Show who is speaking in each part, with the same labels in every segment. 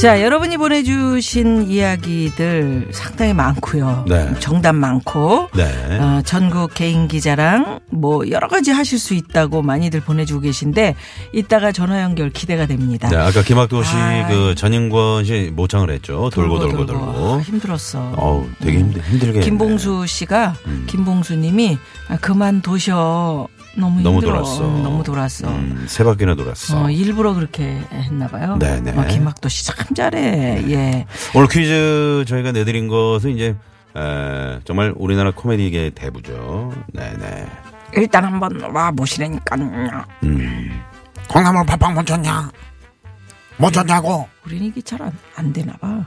Speaker 1: 자, 여러분이 보내주신 이야기들 상당히 많고요.
Speaker 2: 네.
Speaker 1: 정답 많고.
Speaker 2: 네.
Speaker 1: 어, 전국 개인기 자랑 뭐 여러 가지 하실 수 있다고 많이들 보내주고 계신데 이따가 전화 연결 기대가 됩니다.
Speaker 2: 네, 아까 김학도 씨,
Speaker 1: 아.
Speaker 2: 그, 전인권 씨 모창을 했죠. 돌고, 돌고, 돌고.
Speaker 1: 아, 힘들었어.
Speaker 2: 어우, 되게 힘들, 힘들게. 했네. 음.
Speaker 1: 김봉수 씨가 김봉수님이 아, 그만 도셔 너무
Speaker 2: 너무
Speaker 1: 힘들어.
Speaker 2: 돌았어.
Speaker 1: 음, 너무 돌았어.
Speaker 2: 음, 세 바퀴나 돌았어.
Speaker 1: 어, 일부러 그렇게 했나 봐요.
Speaker 2: 네네. 네.
Speaker 1: 어, 김학도 씨 참 잘해. 예.
Speaker 2: 오늘 퀴즈 저희가 내드린 것은 이제, 에, 정말 우리나라 코미디계의 대부죠. 네네.
Speaker 1: 일단 한번 와 보시라니까요.
Speaker 3: 콩나물 팥빵 못 쳤냐? 못 쳤냐고?
Speaker 1: 우리는 이게 잘 안 되나 봐.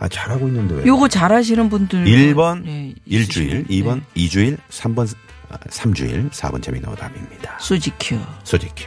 Speaker 2: 아, 잘하고 있는데 왜?
Speaker 1: 요거 잘하시는 분들
Speaker 2: 1번,
Speaker 1: 예, 있으시면,
Speaker 2: 일주일, 이
Speaker 1: 예.
Speaker 2: 2번, 이 2주일, 3번, 아, 3주일, 4번 재미나오 답입니다.
Speaker 1: 수지큐.
Speaker 2: 솔직히.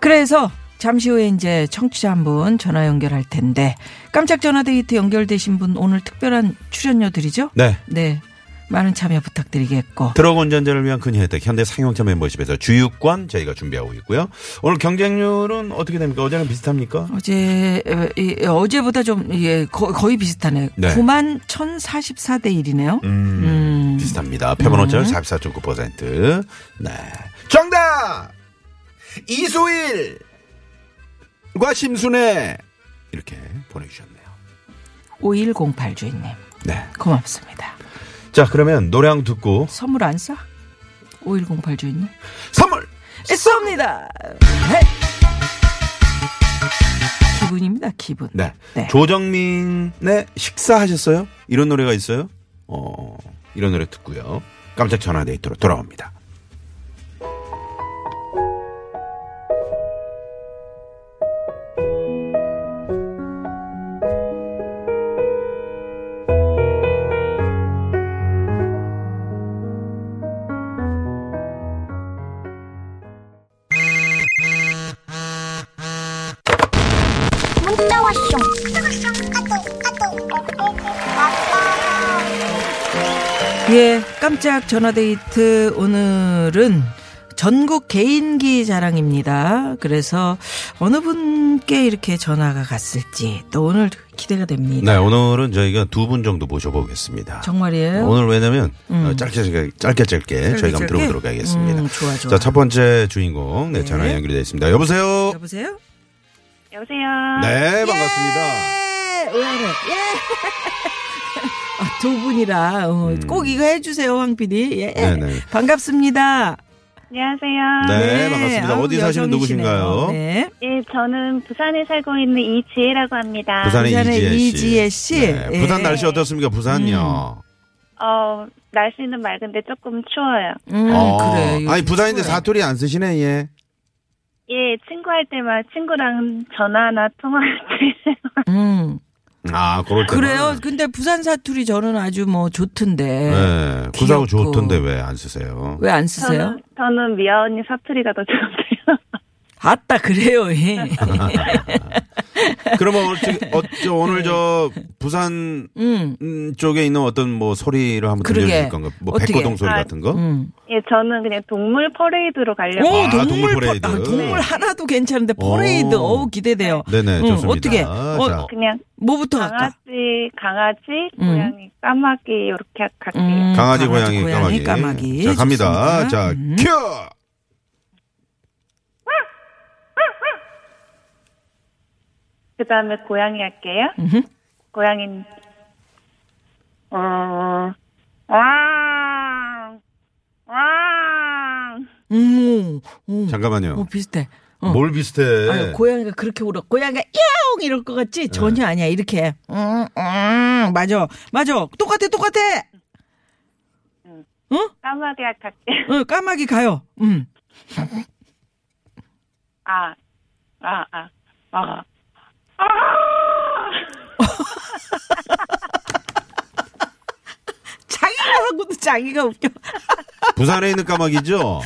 Speaker 1: 그래서 잠시 후에 이제 청취자 한 분 전화 연결할 텐데 깜짝 전화 데이트 연결되신 분 오늘 특별한 출연료들이죠?
Speaker 2: 네.
Speaker 1: 네. 많은 참여 부탁드리겠고.
Speaker 2: 트럭 운전자를 위한 큰 혜택 현대 상용차 멤버십에서 주유권 저희가 준비하고 있고요. 오늘 경쟁률은 어떻게 됩니까? 어제랑 비슷합니까?
Speaker 1: 어제 어, 이, 어제보다 좀 예, 거- 거의 비슷하네.
Speaker 2: 네.
Speaker 1: 9만 1044대 1이네요. 음. 네.
Speaker 2: 비슷합니다. 표본오차율 44.9%. 네. 정답! 이소일과 심순애 이렇게 보내주셨네요.
Speaker 1: 5108 주인님.
Speaker 2: 네.
Speaker 1: 고맙습니다.
Speaker 2: 자 그러면 노래 한 곡 듣고
Speaker 1: 선물 안 싸? 5108 주인님.
Speaker 2: 선물!
Speaker 1: 쏩니다.
Speaker 2: 네.
Speaker 1: 헤이. 기분입니다, 기분.
Speaker 2: 네.
Speaker 1: 네.
Speaker 2: 조정민의 식사하셨어요? 이런 노래가 있어요? 어, 이런 노래 듣고요. 깜짝 전화 데이트로 돌아옵니다.
Speaker 4: 문자 왔쇼
Speaker 1: 예, 깜짝 전화데이트 오늘은 전국 개인기 자랑입니다. 그래서 어느 분께 이렇게 전화가 갔을지 또 오늘 기대가 됩니다.
Speaker 2: 네, 오늘은 저희가 두 분 정도 모셔보겠습니다.
Speaker 1: 정말이에요?
Speaker 2: 네.
Speaker 1: 음.
Speaker 2: 오늘 왜냐면 어, 짧게 짧게 짧게, 짧게 저희가
Speaker 1: 짧게?
Speaker 2: 한번 들어보도록 하겠습니다.
Speaker 1: 음, 좋아, 좋아.
Speaker 2: 자, 첫 번째 주인공 네, 전화 연결되어 있습니다. 여보세요.
Speaker 1: 여보세요?
Speaker 5: 여보세요.
Speaker 2: 네, 반갑습니다.
Speaker 1: 예! 의아해. 예! 아, 두 분이라 어, 꼭 이거 해주세요, 황 PD. 예.
Speaker 2: 음. 네네.
Speaker 1: 반갑습니다.
Speaker 5: 안녕하세요.
Speaker 2: 네, 반갑습니다.
Speaker 1: 아우,
Speaker 2: 어디
Speaker 1: 여정이시네요.
Speaker 2: 사시는 누구신가요?
Speaker 1: 네.
Speaker 5: 예, 저는 부산에 살고 있는 이지혜라고 합니다.
Speaker 2: 부산의,
Speaker 1: 부산의 이지혜
Speaker 2: 이지혜
Speaker 1: 씨.
Speaker 2: 씨.
Speaker 1: 예.
Speaker 2: 네, 부산 날씨 어떻습니까? 부산요.
Speaker 5: 어, 날씨는 맑은데 조금 추워요.
Speaker 1: 음,
Speaker 2: 어.
Speaker 1: 그래. 요즘
Speaker 2: 아니 부산인데
Speaker 1: 추워요.
Speaker 2: 사투리 안 쓰시네 예.
Speaker 5: 예, 친구할 때만 친구랑 전화나 통화할 때.
Speaker 1: 음.
Speaker 2: 아 그럴 때.
Speaker 1: 그래요. 근데 부산 사투리 저는 아주 뭐 좋던데.
Speaker 2: 네, 구사고
Speaker 1: 귀엽고.
Speaker 2: 좋던데 왜 안 쓰세요?
Speaker 1: 왜 안 쓰세요?
Speaker 5: 저는, 저는 미아 언니 사투리가 더 좋은데요.
Speaker 1: 아따 그래요. 예.
Speaker 2: 그러면 오늘, 저- 어, 저, 오늘 저 부산
Speaker 1: 음.
Speaker 2: 음, 쪽에 있는 어떤 뭐 소리를 한번
Speaker 1: 그러게.
Speaker 2: 들려주실 건가? 뭐
Speaker 1: 어떻게?
Speaker 2: 백고동 소리
Speaker 5: 아,
Speaker 2: 같은 거?
Speaker 1: 음.
Speaker 5: 예, 저는 그냥 동물 퍼레이드로
Speaker 1: 오,
Speaker 5: 가려고.
Speaker 2: 아,
Speaker 1: 동물,
Speaker 2: 동물
Speaker 1: 퍼-
Speaker 2: 퍼레이드. 네.
Speaker 1: 아, 동물 하나도 괜찮은데 퍼레이드.
Speaker 2: 오.
Speaker 1: 어우, 기대돼요.
Speaker 2: 네네
Speaker 1: 음,
Speaker 2: 좋습니다.
Speaker 1: 어떻게? 어,
Speaker 2: 자,
Speaker 5: 그냥
Speaker 1: 뭐부터 할까?
Speaker 5: 강아지, 강아지,
Speaker 1: 음.
Speaker 5: 고양이, 까마귀 이렇게 갈게요.
Speaker 1: 음,
Speaker 2: 강아지, 고양이, 까마귀.
Speaker 1: 까마귀.
Speaker 2: 자
Speaker 1: 좋습니다.
Speaker 2: 갑니다. 자
Speaker 1: 음.
Speaker 2: 큐.
Speaker 5: 그 다음에 고양이 할게요. 고양이는, 어, 왕, 왕.
Speaker 1: 음, 오, 오.
Speaker 2: 잠깐만요.
Speaker 1: 어, 비슷해. 어.
Speaker 2: 뭘 비슷해?
Speaker 1: 아유, 고양이가 그렇게 울어. 고양이가 야옹 이럴 것
Speaker 2: 네.
Speaker 1: 같지? 전혀 아니야. 이렇게. 응, 응, 맞아. 맞아. 똑같아, 똑같아.
Speaker 5: 까마귀 할게요.
Speaker 1: 응, 어, 까마귀 가요. 음. 응.
Speaker 5: 아, 아, 아, 아.
Speaker 1: 자기가 하고도 자기가 웃겨.
Speaker 2: 부산에 있는 까마귀죠?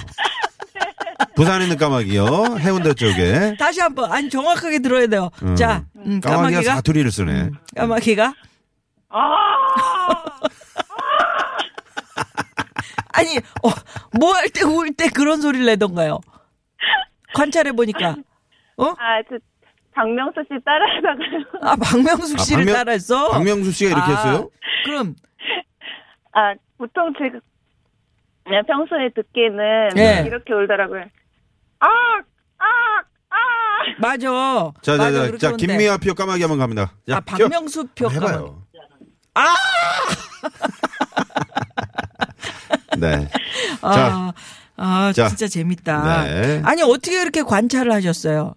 Speaker 2: 부산에 있는 까마귀요. 해운대 쪽에.
Speaker 1: 다시 한 번. 아니, 정확하게 들어야 돼요.
Speaker 2: 음.
Speaker 1: 자, 음,
Speaker 2: 까마귀가
Speaker 1: 까마귀가. 음.
Speaker 2: 사투리를 쓰네.
Speaker 1: 까마귀가.
Speaker 5: 아!
Speaker 1: 아니, 어, 뭐 할 때, 울 때 그런 소리를 내던가요? 관찰해보니까. 어?
Speaker 5: 아, 저 박명수 씨 따라하다가요.
Speaker 1: 아, 박명숙
Speaker 2: 아,
Speaker 1: 씨를
Speaker 2: 박명-
Speaker 1: 따라했어?
Speaker 2: 박명수 씨가 이렇게
Speaker 1: 아,
Speaker 2: 했어요?
Speaker 1: 그럼,
Speaker 5: 아, 보통 제가 그냥 평소에 듣기는
Speaker 1: 네.
Speaker 5: 이렇게 울더라고요. 아, 아, 아.
Speaker 1: 맞아.
Speaker 2: 자,
Speaker 1: 맞아,
Speaker 2: 자, 자,
Speaker 1: 그렇게
Speaker 2: 자,
Speaker 1: 오는데.
Speaker 2: 김미아 표 까마귀 한번 갑니다. 자,
Speaker 1: 아, 박명수 표
Speaker 2: 한번
Speaker 1: 까마귀.
Speaker 2: 해봐요. 아! 네.
Speaker 1: 아, 아,
Speaker 2: 자.
Speaker 1: 진짜 재밌다.
Speaker 2: 네.
Speaker 1: 아니, 어떻게 이렇게 관찰을 하셨어요?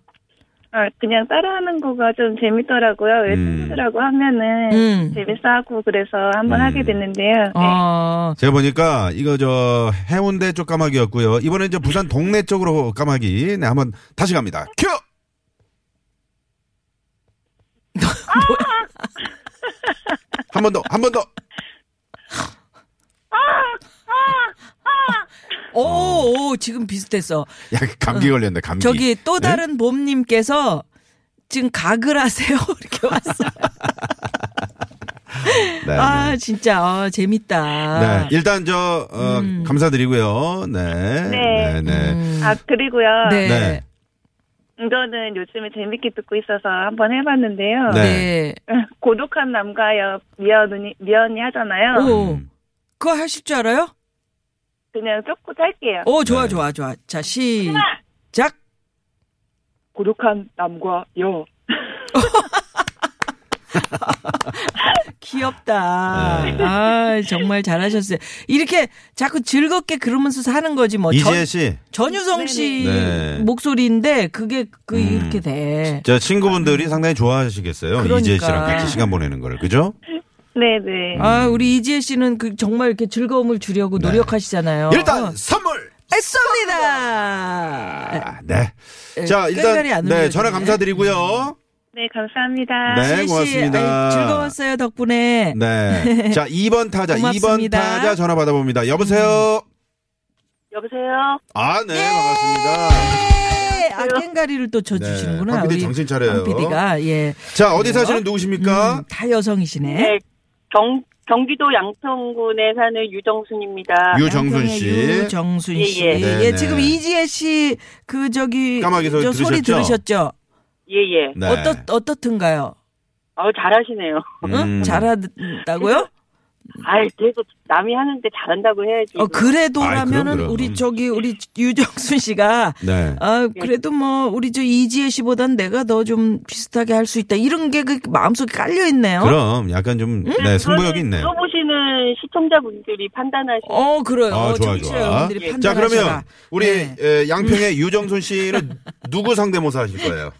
Speaker 5: 아, 그냥 따라하는 거가 좀 재밌더라고요. 왜
Speaker 2: 음.
Speaker 5: 친구들하고 하면은
Speaker 1: 음.
Speaker 5: 재밌어하고 그래서 한번
Speaker 2: 음.
Speaker 5: 하게 됐는데요.
Speaker 1: 어,
Speaker 2: 제가 보니까 이거 저 해운대 쪽 까마귀였고요. 이번엔 저 부산 동네 쪽으로 까마귀. 네, 한번 다시 갑니다. 큐! 한 번 더, 한 번 더.
Speaker 1: 오, 오, 지금 비슷했어.
Speaker 2: 야, 그 감기 음, 걸렸네, 감기.
Speaker 1: 저기 또 다른 봄님께서 지금 가글 하세요. 이렇게 왔어요.
Speaker 2: 네,
Speaker 1: 아, 진짜, 아, 재밌다.
Speaker 2: 네, 일단 저 어, 감사드리고요. 네, 네,
Speaker 5: 네.
Speaker 2: 네.
Speaker 5: 아, 그리고요.
Speaker 1: 네.
Speaker 2: 네.
Speaker 5: 이거는 요즘에 재밌게 듣고 있어서 한번 해봤는데요.
Speaker 2: 네.
Speaker 1: 네.
Speaker 5: 고독한 남과여 미연이, 미연이 하잖아요.
Speaker 2: 음.
Speaker 1: 오, 그거 하실 줄 알아요?
Speaker 5: 그냥 조금 짧게요.
Speaker 1: 오, 좋아,
Speaker 2: 네.
Speaker 1: 좋아, 좋아. 자, 시작.
Speaker 5: 고독한 남과여.
Speaker 1: 귀엽다.
Speaker 2: 네.
Speaker 1: 아, 정말 잘하셨어요. 이렇게 자꾸 즐겁게 그러면서 사는 거지 뭐.
Speaker 2: 이지혜 씨,
Speaker 1: 전, 유성씨
Speaker 2: 네네. 네.
Speaker 1: 목소리인데 그게 그
Speaker 2: 음.
Speaker 1: 이렇게 돼.
Speaker 2: 저 친구분들이 상당히 좋아하시겠어요.
Speaker 1: 그러니까.
Speaker 2: 이지혜 씨랑 같이 시간 보내는 걸, 그죠?
Speaker 5: 네네.
Speaker 1: 아, 우리 이지혜 씨는 그 정말 이렇게 즐거움을 주려고
Speaker 2: 네.
Speaker 1: 노력하시잖아요.
Speaker 2: 일단
Speaker 1: 어,
Speaker 2: 선물.
Speaker 1: 했습니다.
Speaker 2: 아, 네.
Speaker 1: 에,
Speaker 2: 자, 일단
Speaker 1: 끝날이 안
Speaker 2: 네
Speaker 1: 흘러지네.
Speaker 2: 전화 감사드리고요.
Speaker 5: 네, 감사합니다.
Speaker 2: 네,
Speaker 1: 지혜 씨,
Speaker 2: 고맙습니다.
Speaker 1: 아이, 즐거웠어요 덕분에.
Speaker 2: 네. 자, 2번 타자, 이 2번
Speaker 1: 고맙습니다. 음.
Speaker 2: 타자 전화 받아봅니다. 여보세요.
Speaker 5: 여보세요?
Speaker 2: 아, 네, 반갑습니다.
Speaker 1: 예, 아깽가리를 또 져주시는구나.
Speaker 2: 네, 황 PD
Speaker 1: 우리
Speaker 2: 정신 차려요.
Speaker 1: 황 PD가 예.
Speaker 2: 자, 어디
Speaker 1: 그래요?
Speaker 2: 사시는 누구십니까?
Speaker 1: 음, 다 여성이시네.
Speaker 6: 네, 경, 경기도 양평군에 사는 유정순입니다.
Speaker 2: 유정순
Speaker 1: 양평의
Speaker 2: 씨.
Speaker 1: 아, 유정순 씨.
Speaker 6: 예,
Speaker 1: 예,
Speaker 6: 예.
Speaker 2: 네, 네.
Speaker 1: 지금 이지혜 씨 그 저기
Speaker 2: 까마귀 소리
Speaker 1: 저 소리
Speaker 2: 들으셨죠?
Speaker 1: 들으셨죠?
Speaker 6: 예, 예.
Speaker 2: 네.
Speaker 1: 어떻 어떻든가요?
Speaker 6: 어, 잘하시네요.
Speaker 2: 음.
Speaker 1: 응? 잘한다고요?
Speaker 6: 아이, 그래도 남이 하는데 잘한다고 해야지.
Speaker 1: 어 그래도라면은
Speaker 2: 아이, 그럼, 그럼.
Speaker 1: 우리 저기 우리 유정순 씨가
Speaker 2: 네.
Speaker 1: 아 그래도 뭐 우리 저 이지혜 씨보단 내가 더 좀 비슷하게 할 수 있다 이런 게 그 마음속에 깔려 있네요.
Speaker 2: 그럼 약간 좀
Speaker 1: 음,
Speaker 2: 네, 승부욕이 있네요.
Speaker 6: 물어보시는 시청자분들이 판단하시는
Speaker 1: 어 그래요.
Speaker 2: 아, 좋아,
Speaker 1: 청취자
Speaker 2: 좋아.
Speaker 1: 여러분들이
Speaker 2: 자,
Speaker 1: 판단하셔라.
Speaker 2: 그러면 우리
Speaker 1: 네.
Speaker 2: 에, 양평의 유정순 씨는 누구 상대모사 하실 거예요?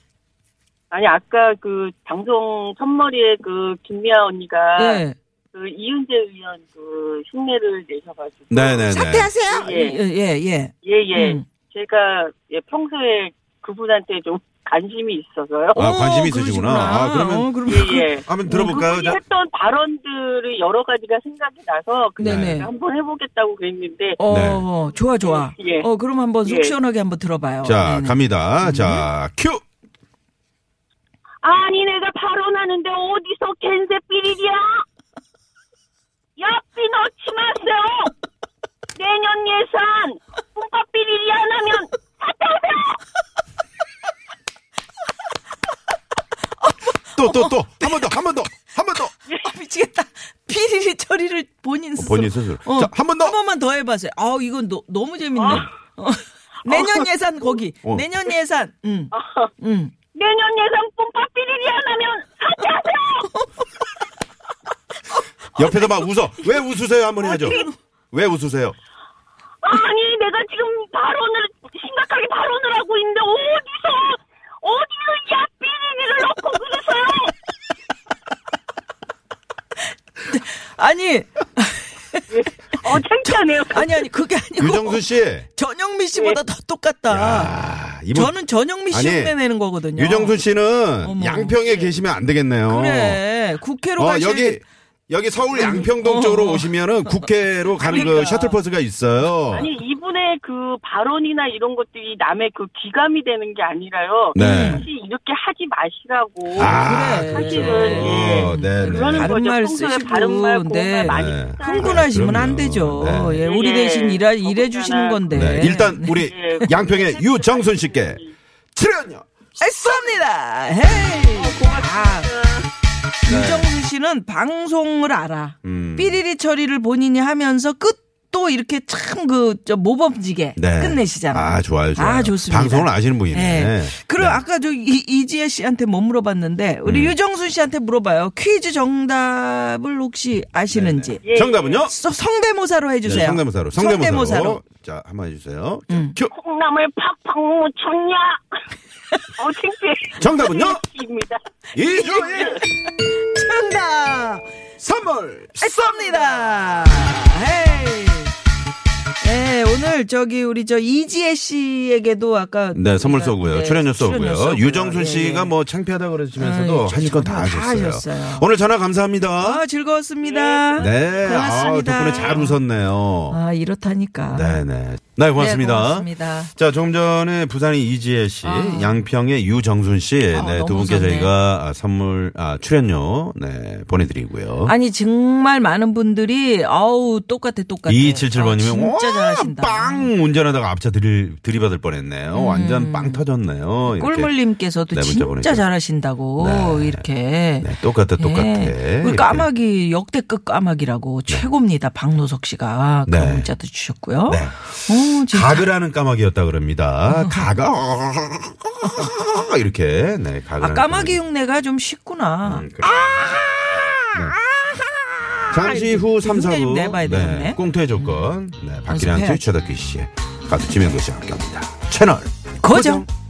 Speaker 6: 아니, 아까 그 방송 첫머리에 그 김미아 언니가
Speaker 1: 네.
Speaker 6: 그 이은재 의원 그 흉내를 내셔가지고.
Speaker 2: 네네네.
Speaker 1: 사퇴하세요.
Speaker 6: 예.
Speaker 1: 예, 예.
Speaker 6: 예, 예.
Speaker 1: 음.
Speaker 6: 제가 예, 평소에 그분한테 좀 관심이 있어서요.
Speaker 2: 아, 관심이
Speaker 1: 어,
Speaker 2: 있으시구나.
Speaker 1: 그러시구나.
Speaker 2: 아, 그러면-
Speaker 1: 어, 그러면
Speaker 6: 예, 예.
Speaker 2: 한번 들어볼까요?
Speaker 6: 그분이
Speaker 2: 자,
Speaker 6: 했던 발언들이 여러 가지가 생각이 나서 그냥
Speaker 1: 네네.
Speaker 6: 제가 한번 해보겠다고 그랬는데
Speaker 1: 어, 좋아, 좋아.
Speaker 6: 예.
Speaker 1: 어, 그럼 한번 속
Speaker 6: 예.
Speaker 1: 시원하게 한번 들어봐요.
Speaker 2: 네. 자,
Speaker 1: 네네.
Speaker 2: 갑니다. 자, 큐!
Speaker 6: 아니 내가 발언하는데 어디서 겐세필이야?
Speaker 4: 야삐 넣지 마세요. 내년 예산 뿜밥 비리리 안 하면
Speaker 2: 또, 또, 또! 한 번 더, 한 번 더! 한 번 더!
Speaker 1: 아, 미치겠다. 피리리 처리를 본인 스스로.
Speaker 2: 본인 스스로.
Speaker 1: 어,
Speaker 2: 자, 한 번 더!
Speaker 1: 한 번만 더 해봐세요. 아, 이건 너, 너무 재밌네.
Speaker 6: 아.
Speaker 1: 어. 내년 예산 거기.
Speaker 2: 어.
Speaker 1: 내년 예산. 음. 응.
Speaker 6: 아.
Speaker 1: 응.
Speaker 4: 내년 예산 뿜밥 비리리 안 하면
Speaker 2: 옆에서 막 웃어. 왜 웃으세요? 한 번 해야죠. 왜 웃으세요?
Speaker 4: 아니 내가 지금 발언을 심각하게 발언을 하고 있는데 어디서 어디서 야삐리를 넣고 그러세요?
Speaker 1: 아니,
Speaker 6: 어 창피하네요.
Speaker 1: 아니, 아니, 그게 아니고.
Speaker 2: 유정순 씨.
Speaker 1: 전영미
Speaker 6: 예.
Speaker 1: 씨보다 더 똑같다.
Speaker 2: 아, 이분.
Speaker 1: 저는 전영미 씨
Speaker 2: 아니,
Speaker 1: 흉내내는 거거든요.
Speaker 2: 유정순 씨는
Speaker 1: 어머.
Speaker 2: 양평에 계시면 안 되겠네요.
Speaker 1: 그래. 국회로
Speaker 2: 어,
Speaker 1: 가셔야
Speaker 2: 여기 여기 서울 양평동 쪽으로 오시면은 국회로 가는 그 셔틀버스가 있어요.
Speaker 6: 아니 이분의 그 발언이나 이런 것들이 남의 그 귀감이 되는 게 아니라요.
Speaker 2: 네.
Speaker 6: 혹시 이렇게 하지 마시라고.
Speaker 2: 아,
Speaker 1: 그래.
Speaker 2: 그렇죠.
Speaker 6: 사실은, 예.
Speaker 2: 어, 네, 네.
Speaker 6: 그러는
Speaker 1: 다른
Speaker 6: 거죠.
Speaker 1: 말
Speaker 6: 평소에
Speaker 1: 쓰시고,
Speaker 6: 바른 말 고운
Speaker 1: 네.
Speaker 6: 말 많이
Speaker 2: 네.
Speaker 6: 쓰잖아요.
Speaker 1: 흥분하시면 안 되죠.
Speaker 2: 그럼요. 네.
Speaker 1: 예, 우리
Speaker 6: 예,
Speaker 1: 대신 일하,
Speaker 6: 그거잖아요.
Speaker 1: 일해 주시는 건데.
Speaker 2: 네, 일단 우리
Speaker 6: 네.
Speaker 2: 양평의 유정순 씨께 출연료.
Speaker 1: 쏩니다. 헤이. 아, 유정수 씨는 방송을 알아.
Speaker 2: 음.
Speaker 1: 삐리리 처리를 본인이 하면서 끝도 이렇게 참 그 모범지게
Speaker 2: 네.
Speaker 1: 끝내시잖아.
Speaker 2: 아, 좋아요, 좋아요.
Speaker 1: 아, 좋습니다.
Speaker 2: 방송을 아시는 분이네.
Speaker 1: 예. 그리고
Speaker 2: 네. 음.
Speaker 1: 아까 저 이, 이지혜 씨한테 못 물어봤는데 우리 유정순 씨한테 물어봐요. 퀴즈 정답을 혹시 아시는지.
Speaker 2: 예. 정답은요?
Speaker 1: 서- 성대모사로 예, 해주세요.
Speaker 2: 네, 성대모사로. 성대모사로.
Speaker 1: 성대모사로.
Speaker 2: 자, 한번 해주세요.
Speaker 1: 음.
Speaker 2: 큐.
Speaker 4: 콩나물 팍팍 묻혔냐? 어, 창피해.
Speaker 2: 정답은요?
Speaker 4: 입니다.
Speaker 2: 이효일
Speaker 1: 정답.
Speaker 2: 선물.
Speaker 1: 쏩니다. 헤이. 네, 오늘 저기 우리 저 이지혜 씨에게도 아까
Speaker 2: 네, 선물
Speaker 1: 우리가-
Speaker 2: 쏘고요.
Speaker 1: 네,
Speaker 2: 출연료
Speaker 1: 출연료
Speaker 2: 쏘고요. 유정순
Speaker 1: 예,
Speaker 2: 씨가
Speaker 1: 예.
Speaker 2: 뭐 창피하다 그러시면서도
Speaker 1: 아이, 예.
Speaker 2: 하실 건 다
Speaker 1: 정말
Speaker 2: 하셨어요.
Speaker 1: 다 하셨어요.
Speaker 2: 오늘 전화 감사합니다.
Speaker 1: 아, 즐거웠습니다.
Speaker 2: 네. 아우,
Speaker 1: 고맙습니다.
Speaker 2: 덕분에 잘 웃었네요.
Speaker 1: 아, 이렇다니까.
Speaker 2: 네네. 네, 고맙습니다.
Speaker 1: 네, 고맙습니다.
Speaker 2: 자, 조금 전에 부산의 이지혜 씨,
Speaker 1: 아.
Speaker 2: 양평의 유정순 씨,
Speaker 1: 아,
Speaker 2: 네, 두
Speaker 1: 너무
Speaker 2: 분께
Speaker 1: 웃었네.
Speaker 2: 저희가 아, 선물, 아, 출연료, 네, 보내드리고요.
Speaker 1: 아니 정말 많은 분들이 아우 똑같아 똑같아.
Speaker 2: 2277번이면
Speaker 1: 아, 진짜 잘하신다. 음.
Speaker 2: 빵 운전하다가 앞차 들이, 들이받을 뻔했네요. 완전 빵 터졌네요. 이렇게.
Speaker 1: 꿀물님께서도
Speaker 2: 네, 문자
Speaker 1: 진짜
Speaker 2: 보내주세요.
Speaker 1: 잘하신다고
Speaker 2: 네.
Speaker 1: 이렇게.
Speaker 2: 네, 똑같아, 똑같아.
Speaker 1: 예. 우리
Speaker 2: 이렇게.
Speaker 1: 까마귀 역대급 까마귀라고 최고입니다. 박노석 씨가 그
Speaker 2: 네.
Speaker 1: 문자도 주셨고요.
Speaker 2: 네.
Speaker 1: 오, 진짜
Speaker 2: 가그라는 까마귀였다 그럽니다. 가가 이렇게 네 음. 가그라.
Speaker 1: 아, 까마귀 흉내가 좀 쉽구나.
Speaker 2: 네. 잠시 후 3,
Speaker 1: 흉내 좀
Speaker 2: 4부
Speaker 1: 내봐야 되겠네.
Speaker 2: 꽁트의 조건 네, 박기량
Speaker 1: 연습해야지.
Speaker 2: 씨, 최덕기 씨의 가수 지명도 씨와 함께합니다. 채널
Speaker 1: 고정.
Speaker 2: 고정.